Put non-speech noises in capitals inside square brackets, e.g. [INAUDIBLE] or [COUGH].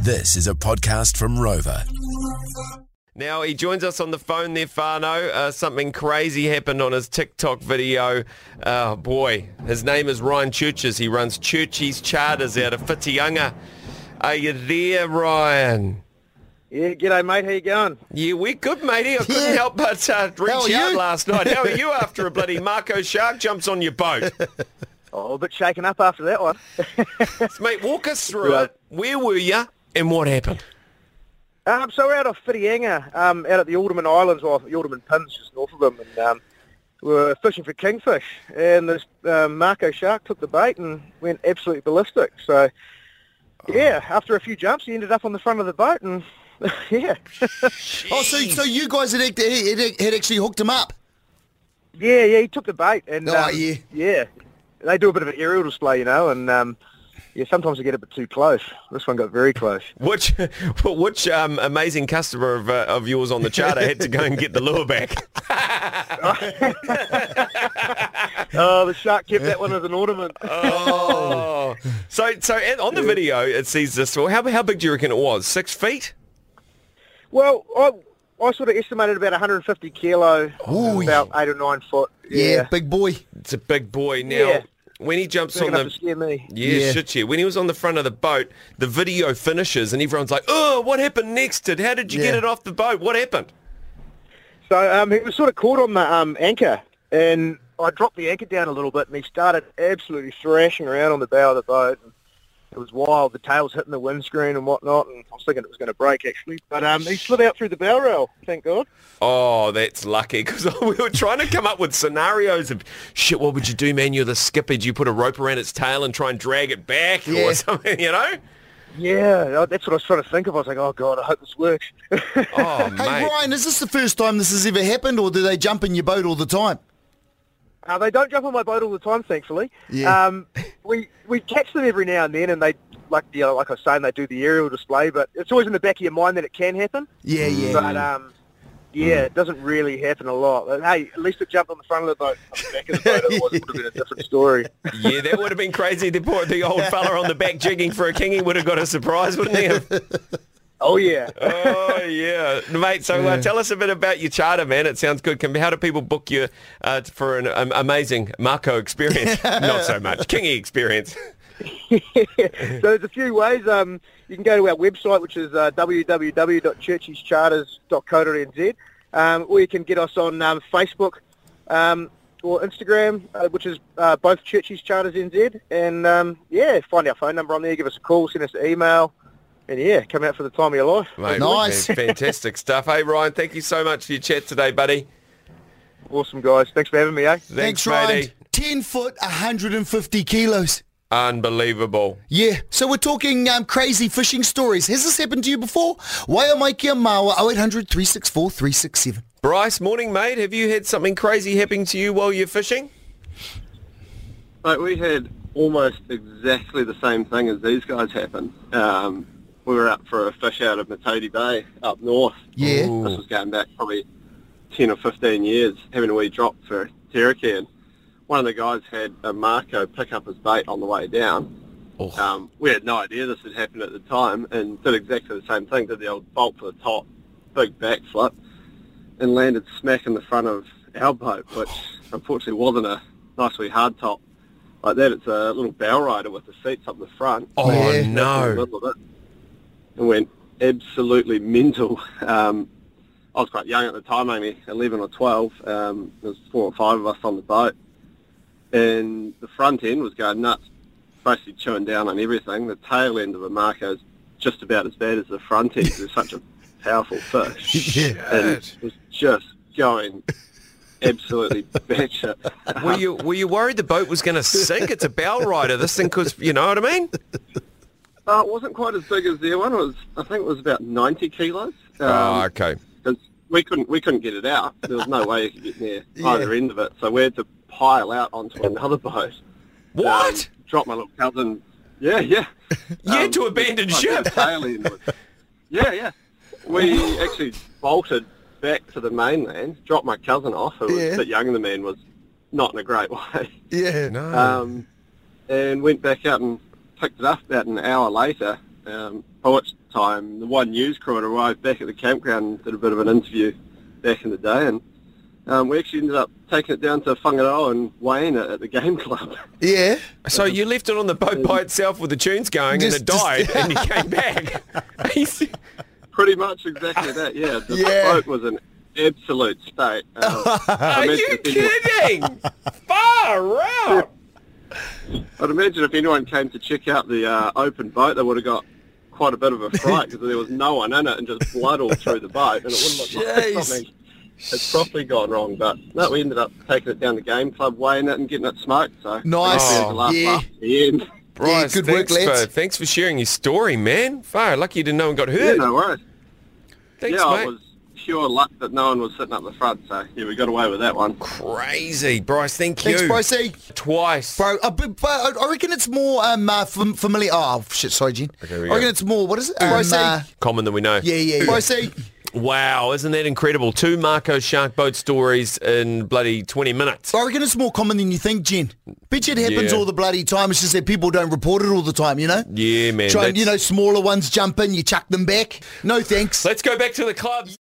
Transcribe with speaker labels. Speaker 1: This is a podcast from Rover.
Speaker 2: Now he joins us on the phone there, Fano. Uh, something crazy happened on his TikTok video. Oh boy, his name is Ryan Churches. He runs Churchy's Charters out of Whitianga. Are you there, Ryan?
Speaker 3: Yeah, g'day mate, how you going?
Speaker 2: Yeah, we're good, matey. I couldn't help but uh,
Speaker 4: How are
Speaker 2: reach out
Speaker 4: you?
Speaker 2: last night. How
Speaker 4: [LAUGHS]
Speaker 2: are you after a bloody Marco shark jumps on your boat? [LAUGHS]
Speaker 3: Oh, a bit shaken up after that one. [LAUGHS]
Speaker 2: Mate, walk us through
Speaker 3: Yeah.
Speaker 2: it. Where were you and what happened?
Speaker 3: um, so we're out of Whitianga, um, out at the Alderman Islands, or the Alderman Pins, just north of them, and um, we were fishing for kingfish, and this um, Marco shark took the bait and went absolutely ballistic. So, yeah, after a few jumps, he ended up on the front of the boat, and [LAUGHS] yeah,
Speaker 4: Oh, so, so you guys had, act- had, had actually hooked him up?
Speaker 3: yeah, yeah, he took the bait, and
Speaker 4: Oh,
Speaker 3: um,
Speaker 4: yeah.
Speaker 3: yeah, they do a bit of an aerial display, you know, and um, yeah, sometimes they get a bit too close. This one got very [LAUGHS] close.
Speaker 2: Which [LAUGHS] which um, amazing customer of, uh, of yours on the charter had to go and get the lure back?
Speaker 3: Oh, the shark kept that one as an [LAUGHS] ornament.
Speaker 2: Oh. so so and on the video it sees this. Well, how how big do you reckon it was? Six feet?
Speaker 3: Well, I, I sort of estimated about 150 kilo,
Speaker 4: Ooh.
Speaker 3: about eight or nine foot.
Speaker 4: Yeah, big boy.
Speaker 2: It's a big boy. Now
Speaker 3: Yeah.
Speaker 2: when he jumps
Speaker 3: big
Speaker 2: on
Speaker 3: enough to
Speaker 2: the
Speaker 3: scare me.
Speaker 2: yeah,
Speaker 4: Yeah.
Speaker 2: shit yeah. When he was on the front of the boat, the video finishes and everyone's like, "Oh, what happened next? Did how did you get
Speaker 4: Yeah.
Speaker 2: it off the boat? What happened?"
Speaker 3: So um, he was sort of caught on the um, anchor, and I dropped the anchor down a little bit, and he started absolutely thrashing around on the bow of the boat. And it was wild. The tail's hitting the windscreen and whatnot, and I was thinking it was going to break actually, but um, he slid out through the bow rail. Thank God.
Speaker 2: Oh, that's lucky because [LAUGHS] we were trying to come up with scenarios of shit. What would you do, man? You're the skipper. Do you put a rope around its tail and try and drag it back
Speaker 4: Yeah.
Speaker 2: or something? You know?
Speaker 3: Yeah, that's what I was trying to think of. I was like, oh God, I hope this works. [LAUGHS]
Speaker 2: Oh,
Speaker 4: [LAUGHS] Hey,
Speaker 2: mate.
Speaker 4: Ryan, is this the first time this has ever happened, or do they jump in your boat all the time?
Speaker 3: Uh, they don't jump on my boat all the time, thankfully.
Speaker 4: Yeah.
Speaker 3: Um, we we catch them every now and then, and they like the like I was saying, they do the aerial display, but it's always in the back of your mind that it can happen.
Speaker 4: Yeah, yeah. Mm.
Speaker 3: But um, yeah, it doesn't really happen a lot. But, hey, at least it jumped on the front of the boat, not the back of the boat. Otherwise, it would have been a different
Speaker 4: [LAUGHS]
Speaker 3: story.
Speaker 2: Yeah, that would have been crazy. The poor, the old fella on the back jigging for a kingy would have got a surprise, wouldn't
Speaker 4: [LAUGHS]
Speaker 2: he? have?
Speaker 3: Oh yeah.
Speaker 2: Oh yeah, mate. So uh, tell us a bit about your charter, man. It sounds good. Can, how do people book you uh, for an um, amazing Marco experience? Not so much kingy experience.
Speaker 3: [LAUGHS] so there's a few ways. Um, you can go to our website, which is uh, www.churchescharters.co.nz, um, or you can get us on um, Facebook um, or Instagram, uh, which is uh, both Churches Charters NZ. And um, yeah, find our phone number on there, give us a call, send us an email, and yeah, come out for the time of your life.
Speaker 2: Mate,
Speaker 4: Nice.
Speaker 2: man, fantastic stuff. Hey Ryan, thank you so much for your chat today, buddy.
Speaker 3: Awesome guys, thanks for having me, eh?
Speaker 2: Thanks,
Speaker 4: Ryan.
Speaker 2: matey.
Speaker 4: 10 foot, 150 kilos.
Speaker 2: Unbelievable.
Speaker 4: Yeah, so we're talking um, crazy fishing stories. Has this happened to you before? Waiamakia Mawa 0800 364 367.
Speaker 2: Bryce, morning, mate. Have you had something crazy happen to you while you're fishing?
Speaker 5: Mate, we had almost exactly the same thing as these guys happened. Um, we were out for a fish out of Matodi Bay up north.
Speaker 4: Yeah.
Speaker 2: Ooh.
Speaker 5: This was going back probably 10 or 15 years, having a wee drop for Terraki. And one of the guys had a Marco pick up his bait on the way down.
Speaker 2: Oh.
Speaker 5: Um, we had no idea this had happened at the time and did exactly the same thing. Did the old bolt for the top, big backflip, and landed smack in the front of our boat, which unfortunately wasn't a nice wee hard top like that. It's a little bow rider with the seats up the front.
Speaker 2: Oh
Speaker 4: Yeah.
Speaker 5: In the
Speaker 2: no.
Speaker 5: middle of it, and went absolutely mental. [LAUGHS] Um, I was quite young at the time, only 11 or 12. Um, there was four or five of us on the boat. And the front end was going nuts, basically chewing down on everything. The tail end of a Marco is just about as bad as the front end. It's such a powerful fish. And it was just going absolutely [LAUGHS] batshit.
Speaker 2: Were you were you worried the boat was going to sink? It's a bow rider. This thing, cause you know what I mean.
Speaker 5: Uh, it wasn't quite as big as their one. It was, I think it was about 90 kilos. Um,
Speaker 2: oh, okay.
Speaker 5: 'cause we couldn't we couldn't get it out. There
Speaker 2: [LAUGHS]
Speaker 5: was no way you could get near either end of it. So we had to pile out onto another boat.
Speaker 2: What?
Speaker 5: Um, drop my little cousin. Yeah, yeah.
Speaker 2: [LAUGHS]
Speaker 5: Um,
Speaker 2: You had to abandon
Speaker 5: like,
Speaker 2: ship.
Speaker 5: the tail end was-
Speaker 2: [LAUGHS]
Speaker 5: yeah, yeah. We actually bolted back to the mainland. Dropped my cousin off, who was
Speaker 4: Yeah.
Speaker 5: a bit younger than me and was not in a great [LAUGHS] way.
Speaker 4: Yeah.
Speaker 2: No.
Speaker 5: Um, and went back out and picked it up about an hour later. um, Poets time, the One News crew had arrived back at the campground and did a bit of an interview back in the day, and um, we actually ended up taking it down to Whangarao and weighing it at the game club. [LAUGHS]
Speaker 4: Yeah.
Speaker 2: So you left it on the boat by itself with the tunes going
Speaker 4: Just-
Speaker 2: and it died and you [LAUGHS] came back. He's-
Speaker 5: Pretty much exactly that, yeah. The
Speaker 4: Yeah.
Speaker 5: boat was an absolute state. Um, I
Speaker 2: [LAUGHS] Are
Speaker 5: imagine
Speaker 2: you
Speaker 5: if anyone-
Speaker 2: kidding? Far out.
Speaker 5: I'd imagine if anyone came to check out the uh, open boat, they would have got quite a bit of a fright because there was no one in it and just blood all through the boat, and it wouldn't look like
Speaker 4: Jeez.
Speaker 5: something has properly gone wrong. But no, we ended up taking it down to game club, weighing it, and getting it smoked. So
Speaker 4: Nice.
Speaker 5: it was the last
Speaker 4: Yeah.
Speaker 5: laugh at the end.
Speaker 2: Bryce,
Speaker 4: good work,
Speaker 2: thanks
Speaker 4: lads.
Speaker 2: For, thanks for sharing your story, man. Far lucky you didn't know one got
Speaker 5: Yeah,
Speaker 2: hurt.
Speaker 5: no worries.
Speaker 2: Thanks,
Speaker 5: yeah,
Speaker 2: mate.
Speaker 5: it was pure luck that no one was sitting up the front. So yeah, we got away with that one.
Speaker 2: Crazy, Bryce. Thank
Speaker 4: Thanks,
Speaker 2: you.
Speaker 4: Brycey.
Speaker 2: Twice.
Speaker 4: Bro, uh, but, but I- I reckon it's more um, uh, fam- familiar. Oh, shit, sorry, Gene.
Speaker 2: Okay,
Speaker 4: I
Speaker 2: we go.
Speaker 4: reckon it's more, what is it? Um, Brycey. uh,
Speaker 2: Common than we know.
Speaker 4: yeah, yeah, yeah. Brycey.
Speaker 2: Wow, isn't that incredible? Two Marco Shark boat stories in bloody 20 minutes.
Speaker 4: I reckon it's more common than you think, Jen. Bitch, it happens
Speaker 2: Yeah.
Speaker 4: all the bloody time. It's just that people don't report it all the time, you know?
Speaker 2: Yeah, man.
Speaker 4: Try and, you know,
Speaker 2: that's-
Speaker 4: smaller ones jump in, you chuck them back. No thanks.
Speaker 2: Let's go back to the clubs.